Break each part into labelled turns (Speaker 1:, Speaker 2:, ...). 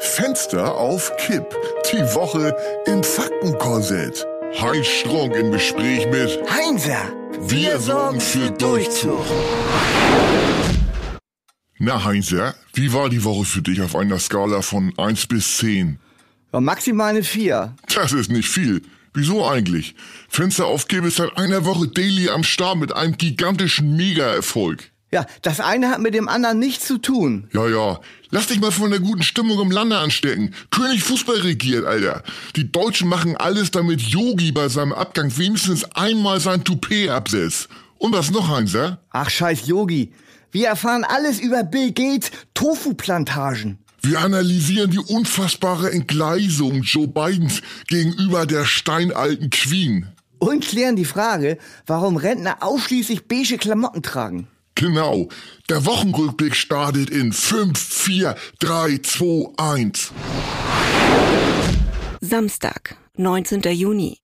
Speaker 1: Fenster auf Kipp. Die Woche im Faktenkorsett. Heinz Strunk im Gespräch mit
Speaker 2: Heinzer,
Speaker 1: Wir sorgen für Durchzug. Na Heinzer, wie war die Woche für dich auf einer Skala von 1 bis 10?
Speaker 2: Ja, maximal eine 4.
Speaker 1: Das ist nicht viel. Wieso eigentlich? Fenster auf Kipp ist seit einer Woche daily am Start mit einem gigantischen Mega-Erfolg.
Speaker 2: Ja, das eine hat mit dem anderen nichts zu tun.
Speaker 1: Ja, ja. Lass dich mal von der guten Stimmung im Lande anstecken. König Fußball regiert, Alter. Die Deutschen machen alles, damit Yogi bei seinem Abgang wenigstens einmal sein Toupet absetzt. Und was noch, Heinzer?
Speaker 2: Ach scheiß Yogi, wir erfahren alles über Bill Gates Tofu-Plantagen.
Speaker 1: Wir analysieren die unfassbare Entgleisung Joe Bidens gegenüber der steinalten Queen.
Speaker 2: Und klären die Frage, warum Rentner ausschließlich beige Klamotten tragen.
Speaker 1: Genau. Der Wochenrückblick startet in 5, 4, 3, 2, 1.
Speaker 3: Samstag, 19. Juni.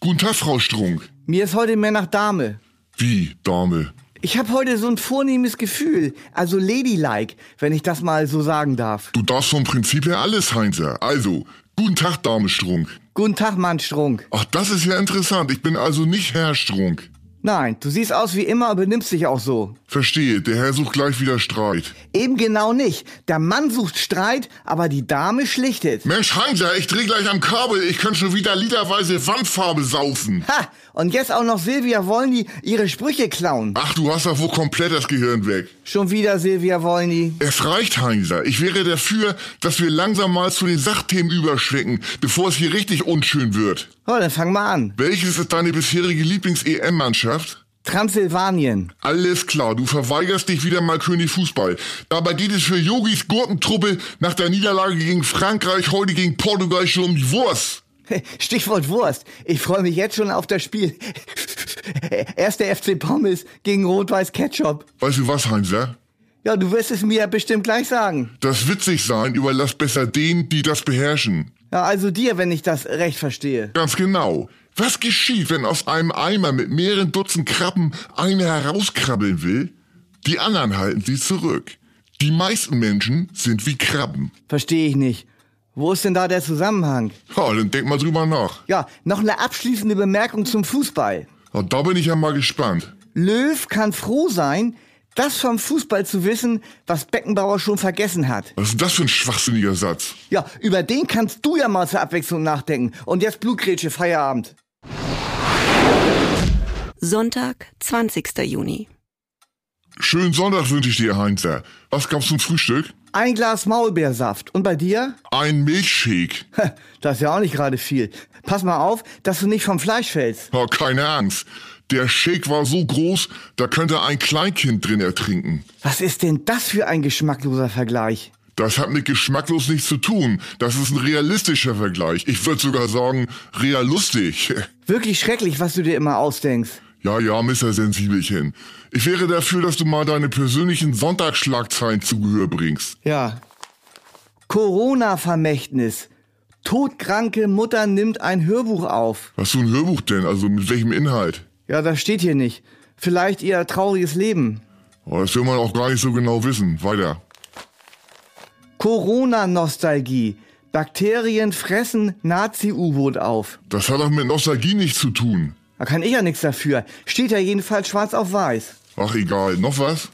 Speaker 1: Guten Tag, Frau Strunk.
Speaker 2: Mir ist heute mehr nach Dame.
Speaker 1: Wie, Dame?
Speaker 2: Ich habe heute so ein vornehmes Gefühl, also ladylike, wenn ich das mal so sagen darf.
Speaker 1: Du darfst vom Prinzip her alles, Heinzer. Also, guten Tag, Dame Strunk.
Speaker 2: Guten Tag, Mann Strunk.
Speaker 1: Ach, das ist ja interessant. Ich bin also nicht Herr Strunk.
Speaker 2: Nein, du siehst aus wie immer und benimmst dich auch so.
Speaker 1: Verstehe, der Herr sucht gleich wieder Streit.
Speaker 2: Eben genau nicht. Der Mann sucht Streit, aber die Dame schlichtet.
Speaker 1: Mensch, Heinzer, ich dreh gleich am Kabel. Ich könnte schon wieder literweise Wandfarbe saufen.
Speaker 2: Ha! Und jetzt auch noch Silvia Wollny ihre Sprüche klauen.
Speaker 1: Ach, du hast doch wohl komplett das Gehirn weg.
Speaker 2: Schon wieder Silvia Wollny.
Speaker 1: Es reicht, Heinzer. Ich wäre dafür, dass wir langsam mal zu den Sachthemen überschwenken, bevor es hier richtig unschön wird.
Speaker 2: Oh, dann fang mal an.
Speaker 1: Welches ist deine bisherige Lieblings-EM-Mannschaft?
Speaker 2: Transsilvanien.
Speaker 1: Alles klar, du verweigerst dich wieder mal König Fußball. Dabei geht es für Yogis Gurkentruppe nach der Niederlage gegen Frankreich heute gegen Portugal schon um die Wurst.
Speaker 2: Stichwort Wurst. Ich freue mich jetzt schon auf das Spiel. Erst der FC Pommes gegen Rot-Weiß Ketchup.
Speaker 1: Weißt du was, Heinzer?
Speaker 2: Ja, du wirst es mir ja bestimmt gleich sagen.
Speaker 1: Das witzig sein überlass besser denen, die das beherrschen.
Speaker 2: Ja, also dir, wenn ich das recht verstehe.
Speaker 1: Ganz genau. Was geschieht, wenn aus einem Eimer mit mehreren Dutzend Krabben eine herauskrabbeln will? Die anderen halten sie zurück. Die meisten Menschen sind wie Krabben.
Speaker 2: Verstehe ich nicht. Wo ist denn da der Zusammenhang?
Speaker 1: Ja, dann denk mal drüber nach.
Speaker 2: Ja, noch eine abschließende Bemerkung zum Fußball.
Speaker 1: Ja, da bin ich ja mal gespannt.
Speaker 2: Löw kann froh sein, das vom Fußball zu wissen, was Beckenbauer schon vergessen hat.
Speaker 1: Was ist denn das für ein schwachsinniger Satz?
Speaker 2: Ja, über den kannst du ja mal zur Abwechslung nachdenken. Und jetzt Blutgrätsche, Feierabend.
Speaker 3: Sonntag, 20. Juni.
Speaker 1: Schönen Sonntag wünsche ich dir, Heinzer. Was gab's zum Frühstück?
Speaker 2: Ein Glas Maulbeersaft. Und bei dir?
Speaker 1: Ein Milchshake.
Speaker 2: Ha, Das ist ja auch nicht gerade viel. Pass mal auf, dass du nicht vom Fleisch fällst.
Speaker 1: Oh, keine Angst. Der Shake war so groß, da könnte ein Kleinkind drin ertrinken.
Speaker 2: Was ist denn das für ein geschmackloser Vergleich?
Speaker 1: Das hat mit geschmacklos nichts zu tun. Das ist ein realistischer Vergleich. Ich würde sogar sagen, realistig.
Speaker 2: Wirklich schrecklich, was du dir immer ausdenkst.
Speaker 1: Ja, ja, Mr. Sensibelchen. Ich wäre dafür, dass du mal deine persönlichen Sonntagsschlagzeilen zu Gehör bringst.
Speaker 2: Ja. Corona-Vermächtnis. Todkranke Mutter nimmt ein Hörbuch auf.
Speaker 1: Was für ein Hörbuch denn? Also mit welchem Inhalt?
Speaker 2: Ja, das steht hier nicht. Vielleicht ihr trauriges Leben.
Speaker 1: Oh, das will man auch gar nicht so genau wissen. Weiter.
Speaker 2: Corona-Nostalgie. Bakterien fressen Nazi-U-Boot auf.
Speaker 1: Das hat doch mit Nostalgie nichts zu tun.
Speaker 2: Da kann ich ja nichts dafür. Steht ja jedenfalls schwarz auf weiß.
Speaker 1: Ach, egal. Noch was?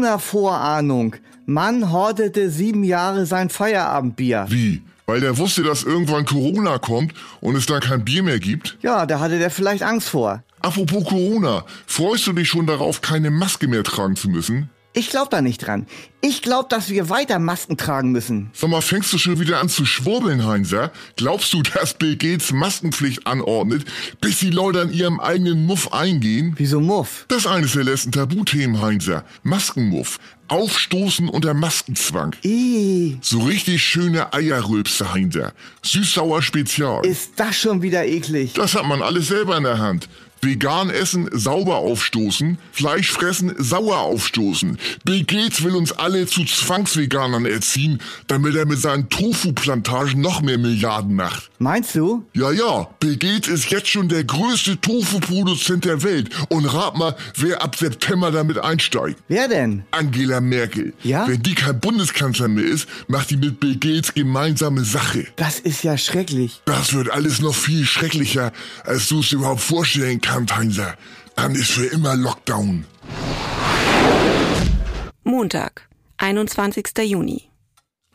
Speaker 2: Corona-Vorahnung. Mann hortete sieben Jahre sein Feierabendbier.
Speaker 1: Wie? Weil der wusste, dass irgendwann Corona kommt und es dann kein Bier mehr gibt?
Speaker 2: Ja, da hatte der vielleicht Angst vor.
Speaker 1: Apropos Corona, freust du dich schon darauf, keine Maske mehr tragen zu müssen?
Speaker 2: Ich glaub da nicht dran. Ich glaub, dass wir weiter Masken tragen müssen.
Speaker 1: Sag mal, fängst du schon wieder an zu schwurbeln, Heinzer? Glaubst du, dass Bill Gates Maskenpflicht anordnet, bis die Leute an ihrem eigenen Muff eingehen?
Speaker 2: Wieso Muff?
Speaker 1: Das ist eines der letzten Tabuthemen, Heinzer. Maskenmuff. Aufstoßen unter Maskenzwang.
Speaker 2: Ih,
Speaker 1: So richtig schöne Eierrülpse, Heinzer. Süß-sauer Spezial.
Speaker 2: ist das schon wieder eklig.
Speaker 1: Das hat man alles selber in der Hand. Vegan essen, sauber aufstoßen. Fleisch fressen, sauer aufstoßen. Bill Gates will uns alle zu Zwangsveganern erziehen, damit er mit seinen Tofu-Plantagen noch mehr Milliarden macht.
Speaker 2: Meinst du?
Speaker 1: Ja, ja, Bill Gates ist jetzt schon der größte Tofu-Produzent der Welt. Und rat mal, wer ab September damit einsteigt.
Speaker 2: Wer denn?
Speaker 1: Angela Merkel.
Speaker 2: Ja?
Speaker 1: Wenn die kein Bundeskanzler mehr ist, macht die mit Bill Gates gemeinsame Sache.
Speaker 2: Das ist ja schrecklich.
Speaker 1: Das wird alles noch viel schrecklicher, als du es dir überhaupt vorstellen kannst, Heinzer. Dann ist für immer Lockdown.
Speaker 3: Montag, 21. Juni.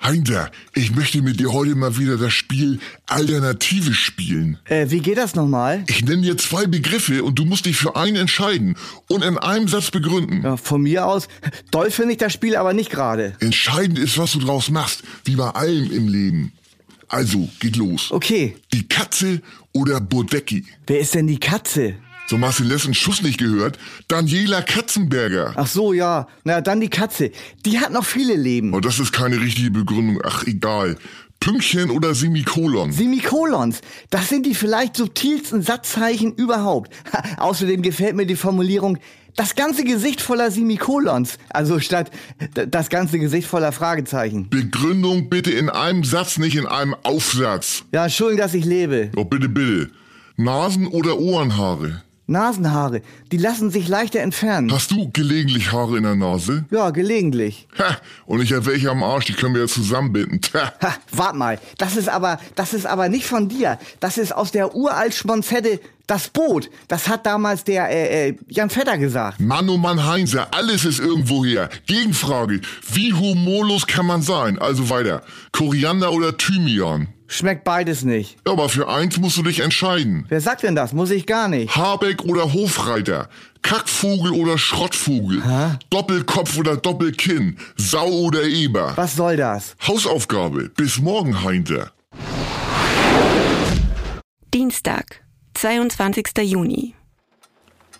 Speaker 1: Heinzer, ich möchte mit dir heute mal wieder das Spiel Alternative spielen.
Speaker 2: Äh, wie geht das nochmal?
Speaker 1: Ich nenne dir zwei Begriffe und du musst dich für einen entscheiden und in einem Satz begründen.
Speaker 2: Ja, von mir aus, doll finde ich das Spiel aber nicht gerade.
Speaker 1: Entscheidend ist, was du draus machst, wie bei allem im Leben. Also, geht los.
Speaker 2: Okay,
Speaker 1: Die Katze oder Bodecki?
Speaker 2: wer ist denn die Katze?
Speaker 1: So hast du den letzten Schuss nicht gehört. Daniela Katzenberger.
Speaker 2: Ach so, ja. Na, dann die Katze. Die hat noch viele Leben.
Speaker 1: Oh, das ist keine richtige Begründung. Ach, egal. Pünktchen oder Semikolon?
Speaker 2: Semikolons, das sind die vielleicht subtilsten Satzzeichen überhaupt. Ha, außerdem gefällt mir die Formulierung, das ganze Gesicht voller Semikolons. Also statt d- das ganze Gesicht voller Fragezeichen.
Speaker 1: Begründung bitte in einem Satz, nicht in einem Aufsatz.
Speaker 2: Ja, Entschuldigung, dass ich lebe.
Speaker 1: Oh, bitte, bitte. Nasen- oder Ohrenhaare?
Speaker 2: Nasenhaare, die lassen sich leichter entfernen.
Speaker 1: Hast du gelegentlich Haare in der Nase?
Speaker 2: Ja, gelegentlich.
Speaker 1: Ha, und ich hab welche am Arsch, die können wir ja zusammenbinden. Tja.
Speaker 2: Ha, wart mal, das ist aber, das ist aber nicht von dir. Das ist aus der uralt Schmonzette das Boot. Das hat damals der äh, äh, Jan Vetter gesagt.
Speaker 1: Mann, oh Mann, Heinzer, alles ist irgendwoher. Gegenfrage, wie humorlos kann man sein? Also weiter, Koriander oder Thymian?
Speaker 2: Schmeckt beides nicht.
Speaker 1: Ja, aber für eins musst du dich entscheiden.
Speaker 2: Wer sagt denn das? Muss ich gar nicht.
Speaker 1: Habeck oder Hofreiter? Kackvogel oder Schrottvogel? Doppelkopf oder Doppelkinn? Sau oder Eber?
Speaker 2: Was soll das?
Speaker 1: Hausaufgabe, bis morgen, Heinzer.
Speaker 3: Dienstag, 22. Juni.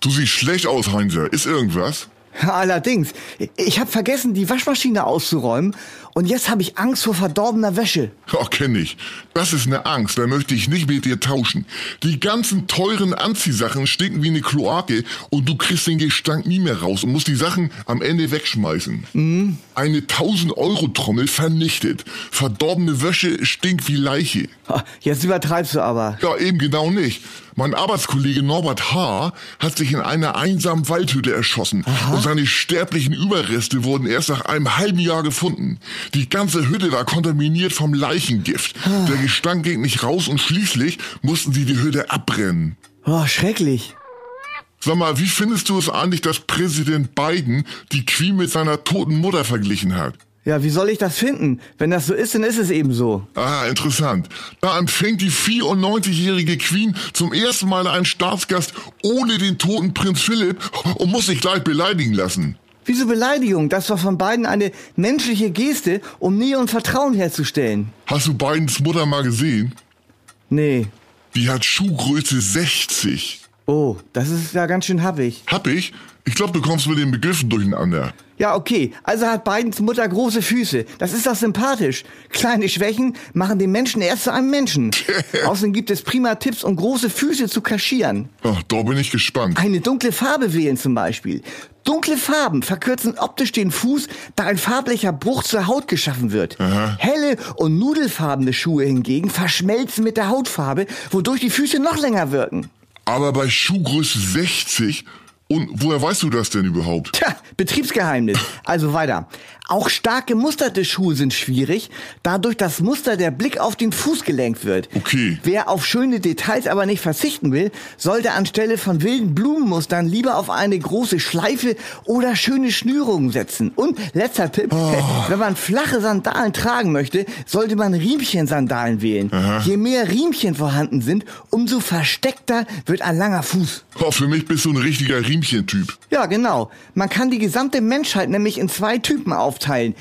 Speaker 1: Du siehst schlecht aus, Heinzer. Ist irgendwas?
Speaker 2: Allerdings, ich habe vergessen, die Waschmaschine auszuräumen und jetzt habe ich Angst vor verdorbener Wäsche.
Speaker 1: Ach, kenn ich. Das ist eine Angst, da möchte ich nicht mit dir tauschen. Die ganzen teuren Anziehsachen stinken wie eine Kloake und du kriegst den Gestank nie mehr raus und musst die Sachen am Ende wegschmeißen. Eine 1000-Euro-Trommel vernichtet. Verdorbene Wäsche stinkt wie Leiche.
Speaker 2: Ha, Jetzt übertreibst du aber.
Speaker 1: Ja, eben genau nicht. Mein Arbeitskollege Norbert H. hat sich in einer einsamen Waldhütte erschossen und seine sterblichen Überreste wurden erst nach einem halben Jahr gefunden. Die ganze Hütte war kontaminiert vom Leichengift. Der Gestank ging nicht raus und schließlich mussten sie die Hütte abbrennen.
Speaker 2: Oh, schrecklich.
Speaker 1: Sag mal, wie findest du es eigentlich, dass Präsident Biden die Queen mit seiner toten Mutter verglichen hat?
Speaker 2: Ja, wie soll ich das finden? Wenn das so ist, dann ist es eben so.
Speaker 1: Ah, interessant. Da empfängt die 94-jährige Queen zum ersten Mal einen Staatsgast ohne den toten Prinz Philipp und muss sich gleich beleidigen lassen.
Speaker 2: Wieso Beleidigung? Das war von beiden eine menschliche Geste, um Nähe und Vertrauen herzustellen.
Speaker 1: Hast du Bidens Mutter mal gesehen?
Speaker 2: Nee.
Speaker 1: Die hat Schuhgröße 60.
Speaker 2: Oh, das ist ja ganz schön happig.
Speaker 1: Hab ich? Ich glaube, du kommst mit den Begriffen durcheinander.
Speaker 2: Ja, okay. Also hat Bidens Mutter große Füße. Das ist doch sympathisch. Kleine Schwächen machen den Menschen erst zu einem Menschen. Außerdem gibt es prima Tipps, um große Füße zu kaschieren.
Speaker 1: Ach, Ah, da bin ich gespannt.
Speaker 2: Eine dunkle Farbe wählen zum Beispiel. Dunkle Farben verkürzen optisch den Fuß, da ein farblicher Bruch zur Haut geschaffen wird. Helle und nudelfarbene Schuhe hingegen verschmelzen mit der Hautfarbe, wodurch die Füße noch länger wirken.
Speaker 1: Aber bei Schuhgröße 60? Und woher weißt du das denn überhaupt?
Speaker 2: Tja, Betriebsgeheimnis. Also weiter. Auch stark gemusterte Schuhe sind schwierig, da durch das Muster der Blick auf den Fuß gelenkt wird.
Speaker 1: Okay.
Speaker 2: Wer auf schöne Details aber nicht verzichten will, sollte anstelle von wilden Blumenmustern lieber auf eine große Schleife oder schöne Schnürungen setzen. Und letzter Tipp, wenn man flache Sandalen tragen möchte, sollte man Riemchensandalen wählen. Je mehr Riemchen vorhanden sind, umso versteckter wird ein langer Fuß.
Speaker 1: Oh, für mich bist du ein richtiger Riemchentyp.
Speaker 2: Ja, genau. Man kann die gesamte Menschheit nämlich in zwei Typen aufteilen.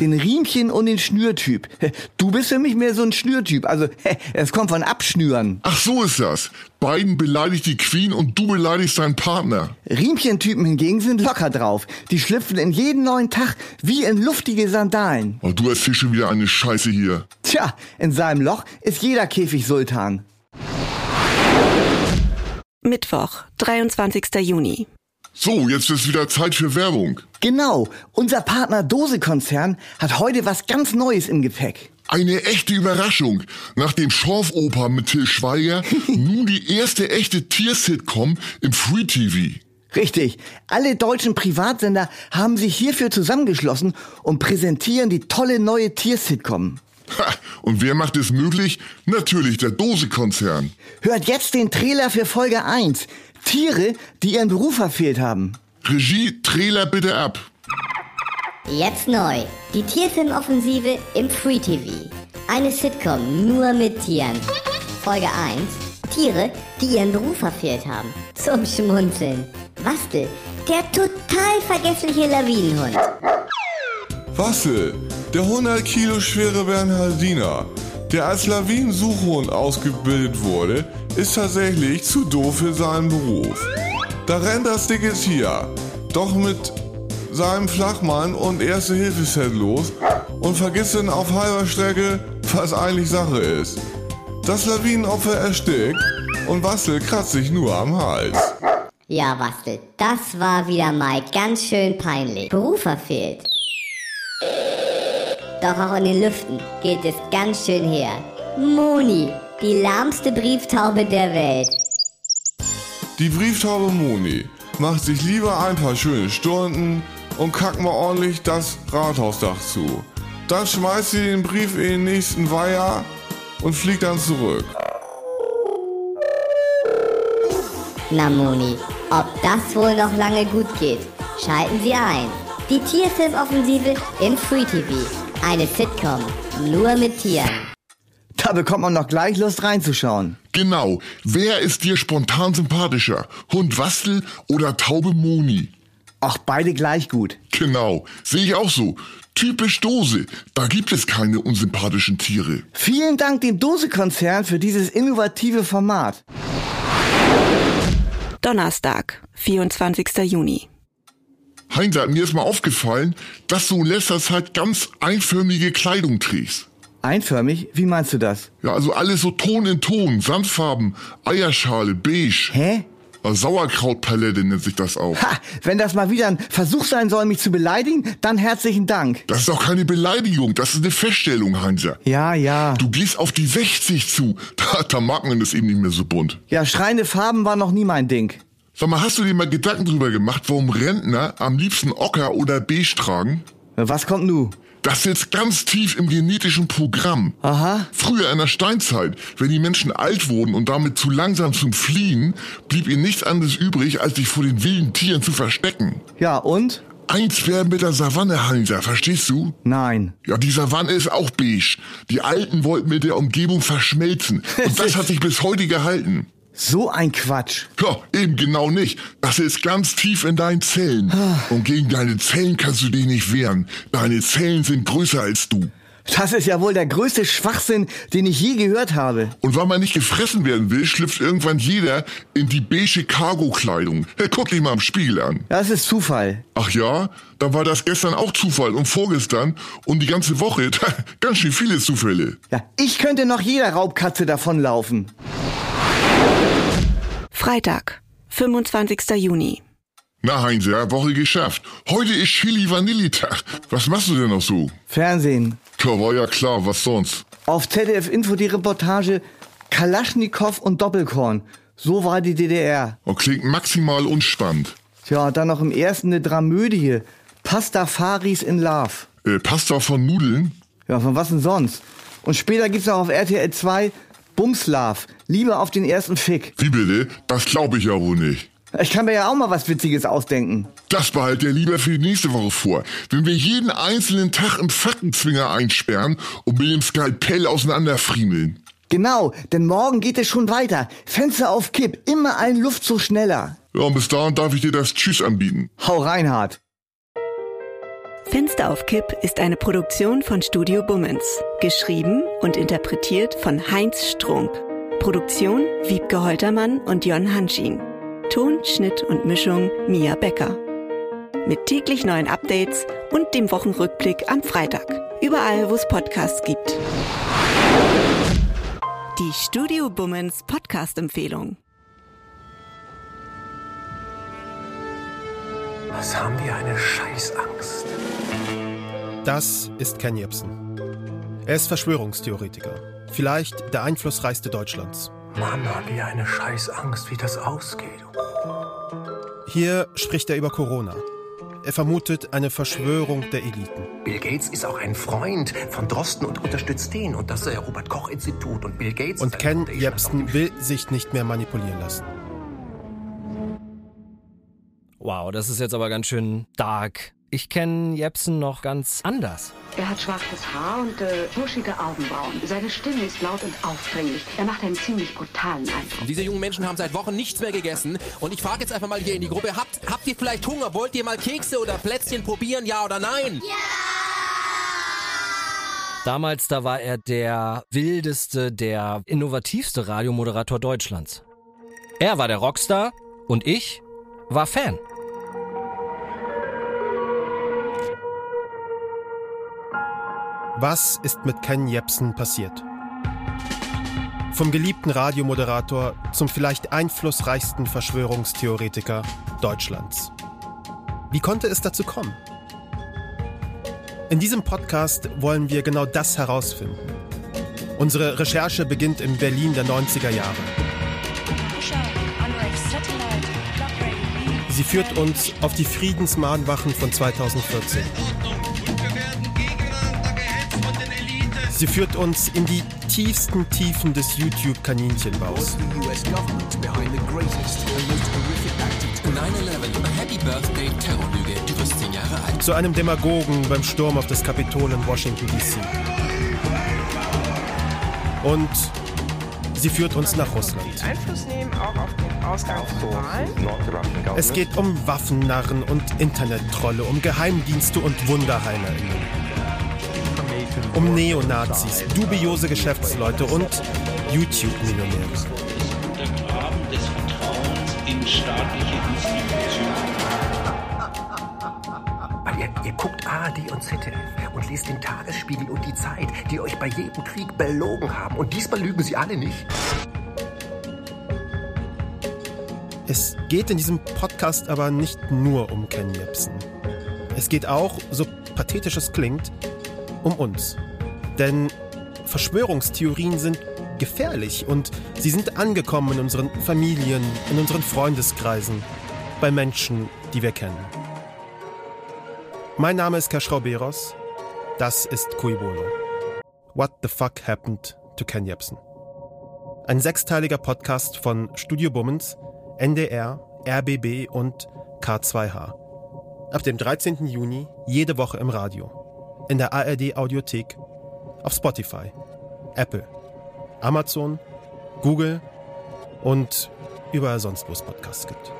Speaker 2: Den Riemchen und den Schnürtyp. Du bist für mich mehr so ein Schnürtyp. Also, es kommt von Abschnüren.
Speaker 1: Ach, so ist das. Biden beleidigt die Queen und du beleidigst deinen Partner.
Speaker 2: Riemchentypen hingegen sind locker drauf. Die schlüpfen in jeden neuen Tag wie in luftige Sandalen.
Speaker 1: Oh, du erzählst schon wieder eine Scheiße hier.
Speaker 2: Tja, in seinem Loch ist jeder Käfig Sultan.
Speaker 3: Mittwoch, 23. Juni.
Speaker 1: So, jetzt ist wieder Zeit für Werbung.
Speaker 2: Genau, unser Partner Dose-Konzern hat heute was ganz Neues im Gepäck.
Speaker 1: Eine echte Überraschung. Nach dem Schorf-Oper mit Till Schweiger nun die erste echte Tier-Sitcom im Free TV.
Speaker 2: Richtig, alle deutschen Privatsender haben sich hierfür zusammengeschlossen und präsentieren die tolle neue Tier-Sitcom.
Speaker 1: Ha, und wer macht es möglich? Natürlich der Dose-Konzern.
Speaker 2: Hört jetzt den Trailer für Folge 1. Tiere, die ihren Beruf verfehlt haben.
Speaker 1: Regie, Trailer bitte ab.
Speaker 4: Jetzt neu. Die Tierfilmoffensive im Free TV. Eine Sitcom nur mit Tieren. Folge 1. Tiere, die ihren Beruf verfehlt haben. Zum Schmunzeln. Wastel, der total vergessliche Lawinenhund.
Speaker 5: Wassel, der 100 Kilo schwere Bernhardiner, der als Lawinensuchhund ausgebildet wurde, ist tatsächlich zu doof für seinen Beruf. Da rennt das dicke Tier, doch mit seinem Flachmann und Erste-Hilfe-Set los und vergisst dann auf halber Strecke, was eigentlich Sache ist. Das Lawinenopfer erstickt und Wassel kratzt sich nur am Hals.
Speaker 4: Ja, Wastel, das war wieder mal ganz schön peinlich. Beruf verfehlt. Doch auch in den Lüften geht es ganz schön her. Moni, die lahmste Brieftaube der Welt.
Speaker 5: Die Brieftaube Moni macht sich lieber ein paar schöne Stunden und kackt mal ordentlich das Rathausdach zu. Dann schmeißt sie den Brief in den nächsten Weiher und fliegt dann zurück.
Speaker 4: Na Moni, ob das wohl noch lange gut geht, schalten Sie ein. Die Tierfilmoffensive im Free TV. Eine Sitcom nur mit Tieren.
Speaker 2: Da bekommt man noch gleich Lust reinzuschauen.
Speaker 1: Genau, wer ist dir spontan sympathischer? Hund Wastel oder Taube Moni?
Speaker 2: Auch beide gleich gut.
Speaker 1: Genau, sehe ich auch so. Typisch Dose, da gibt es keine unsympathischen Tiere.
Speaker 2: Vielen Dank dem Dose-Konzern für dieses innovative Format.
Speaker 3: Donnerstag, 24. Juni.
Speaker 1: Heinzer, mir ist mal aufgefallen, dass du in letzter Zeit ganz einförmige Kleidung trägst.
Speaker 2: Einförmig? Wie meinst du das?
Speaker 1: Ja, also alles so Ton in Ton, Sandfarben, Eierschale, beige.
Speaker 2: Hä?
Speaker 1: Äh, Sauerkrautpalette nennt sich das auch.
Speaker 2: Ha, wenn das mal wieder ein Versuch sein soll, mich zu beleidigen, dann herzlichen Dank.
Speaker 1: Das ist doch keine Beleidigung, das ist eine Feststellung, Heinzer.
Speaker 2: Ja, ja.
Speaker 1: Du gehst auf die 60 zu. Da, da mag man das eben nicht mehr so bunt.
Speaker 2: Ja, schreiende Farben war noch nie mein Ding.
Speaker 1: Sag mal, hast du dir mal Gedanken drüber gemacht, warum Rentner am liebsten Ocker oder beige tragen?
Speaker 2: Was kommt nu?
Speaker 1: Das sitzt ganz tief im genetischen Programm.
Speaker 2: Aha.
Speaker 1: Früher in der Steinzeit, wenn die Menschen alt wurden und damit zu langsam zum Fliehen, blieb ihnen nichts anderes übrig, als sich vor den wilden Tieren zu verstecken.
Speaker 2: Ja, und?
Speaker 1: Eins werden mit der Savanne, Hansa, verstehst du?
Speaker 2: Nein.
Speaker 1: Ja, die Savanne ist auch beige. Die Alten wollten mit der Umgebung verschmelzen. Und das hat sich bis heute gehalten.
Speaker 2: So ein Quatsch.
Speaker 1: Ja, eben genau nicht. Das ist ganz tief in deinen Zellen. Und gegen deine Zellen kannst du dich nicht wehren. Deine Zellen sind größer als du.
Speaker 2: Das ist ja wohl der größte Schwachsinn, den ich je gehört habe.
Speaker 1: Und weil man nicht gefressen werden will, schlüpft irgendwann jeder in die beige Cargo-Kleidung. Hey, guck dich mal im Spiegel an.
Speaker 2: Das ist Zufall.
Speaker 1: Ach ja, dann war das gestern auch Zufall und vorgestern und die ganze Woche. Ganz schön viele Zufälle.
Speaker 2: Ja, ich könnte noch jeder Raubkatze davonlaufen.
Speaker 3: Freitag, 25. Juni.
Speaker 1: Na Heinz, ja, Woche geschafft. Heute ist Chili-Vanilli-Tag. Was machst du denn noch so?
Speaker 2: Fernsehen.
Speaker 1: Tja, war ja klar, was sonst?
Speaker 2: Auf ZDF Info die Reportage Kalaschnikow und Doppelkorn. So war die DDR.
Speaker 1: Und Oh, klingt maximal unspannend.
Speaker 2: Tja, dann noch im ersten eine Dramödie. Pastafaris in Love.
Speaker 1: Äh, Pasta von Nudeln?
Speaker 2: Ja, von was denn sonst? Und später gibt's noch auf RTL 2 Bumslav. Liebe auf den ersten Fick.
Speaker 1: Wie bitte? Das glaube ich ja wohl nicht.
Speaker 2: Ich kann mir ja auch mal was Witziges ausdenken.
Speaker 1: Das behalte er lieber für die nächste Woche vor. Wenn wir jeden einzelnen Tag im Fackenzwinger einsperren und mit dem Skalpell auseinanderfriemeln.
Speaker 2: Genau, denn morgen geht es schon weiter. Fenster auf Kipp, immer ein Luftzug schneller.
Speaker 1: Ja, und bis dahin darf ich dir das Tschüss anbieten.
Speaker 2: Hau Reinhard.
Speaker 3: Fenster auf Kipp ist eine Produktion von Studio Bummens. Geschrieben und interpretiert von Heinz Strunk. Produktion Wiebke Holtermann und Jon Hanschin. Ton, Schnitt und Mischung Mia Becker. Mit täglich neuen Updates und dem Wochenrückblick am Freitag. Überall, wo es Podcasts gibt. Die Studio Bummens Podcast-Empfehlung.
Speaker 6: Was haben wir eine Scheißangst?
Speaker 7: Das ist Ken Jebsen. Er ist Verschwörungstheoretiker. Vielleicht der einflussreichste Deutschlands.
Speaker 6: Mann, haben wir eine Scheißangst, wie das ausgeht.
Speaker 7: Hier spricht er über Corona. Er vermutet eine Verschwörung der Eliten.
Speaker 6: Bill Gates ist auch ein Freund von Drosten und unterstützt den und das äh, Robert-Koch-Institut und Bill Gates. äh,
Speaker 7: Und Ken Jebsen will sich nicht mehr manipulieren lassen.
Speaker 8: Wow, das ist jetzt aber ganz schön dark. Ich kenne Jepsen noch ganz anders.
Speaker 9: Er hat schwarzes Haar und äh, buschige Augenbrauen. Seine Stimme ist laut und aufdringlich. Er macht einen ziemlich brutalen Eindruck.
Speaker 10: Diese jungen Menschen haben seit Wochen nichts mehr gegessen. Und ich frage jetzt einfach mal hier in die Gruppe, habt, habt ihr vielleicht Hunger? Wollt ihr mal Kekse oder Plätzchen probieren, ja oder nein?
Speaker 8: Damals, da war er der wildeste, der innovativste Radiomoderator Deutschlands. Er war der Rockstar und ich war Fan.
Speaker 7: Was ist mit Ken Jebsen passiert? Vom geliebten Radiomoderator zum vielleicht einflussreichsten Verschwörungstheoretiker Deutschlands. Wie konnte es dazu kommen? In diesem Podcast wollen wir genau das herausfinden. Unsere Recherche beginnt im Berlin der 90er Jahre. Sie führt uns auf die Friedensmahnwachen von 2014. Sie führt uns in die tiefsten Tiefen des YouTube-Kaninchenbaus. Zu einem Demagogen beim Sturm auf das Kapitol in Washington, D.C. Und sie führt uns nach Russland.
Speaker 11: Einfluss nehmen, auch auf den Ausgang von Wahlen.
Speaker 6: Genau.
Speaker 7: Es geht um Waffennarren und Internettrolle, um Geheimdienste und Wunderheiler. Um Neonazis, dubiose Geschäftsleute und YouTube-Millionäre.
Speaker 12: der Graben des Vertrauens in staatliche Institutionen.
Speaker 6: Weil Ah, ihr, ihr guckt ARD und ZDF und lest den Tagesspiegel und die Zeit, die euch bei jedem Krieg belogen haben. Und diesmal lügen sie alle nicht.
Speaker 7: Es geht in diesem Podcast aber nicht nur um Ken Jebsen. Es geht auch, so pathetisch es klingt, um uns. Denn Verschwörungstheorien sind gefährlich und sie sind angekommen in unseren Familien, in unseren Freundeskreisen, bei Menschen, die wir kennen. Mein Name ist Kaschrauberos. Das ist Cui Bono. What the fuck happened to Ken Jebsen? Ein sechsteiliger Podcast von Studio Bummens, NDR, RBB und K2H. Ab dem 13. Juni jede Woche im Radio, in der ARD Audiothek, auf Spotify, Apple, Amazon, Google und überall sonst, wo es Podcasts gibt.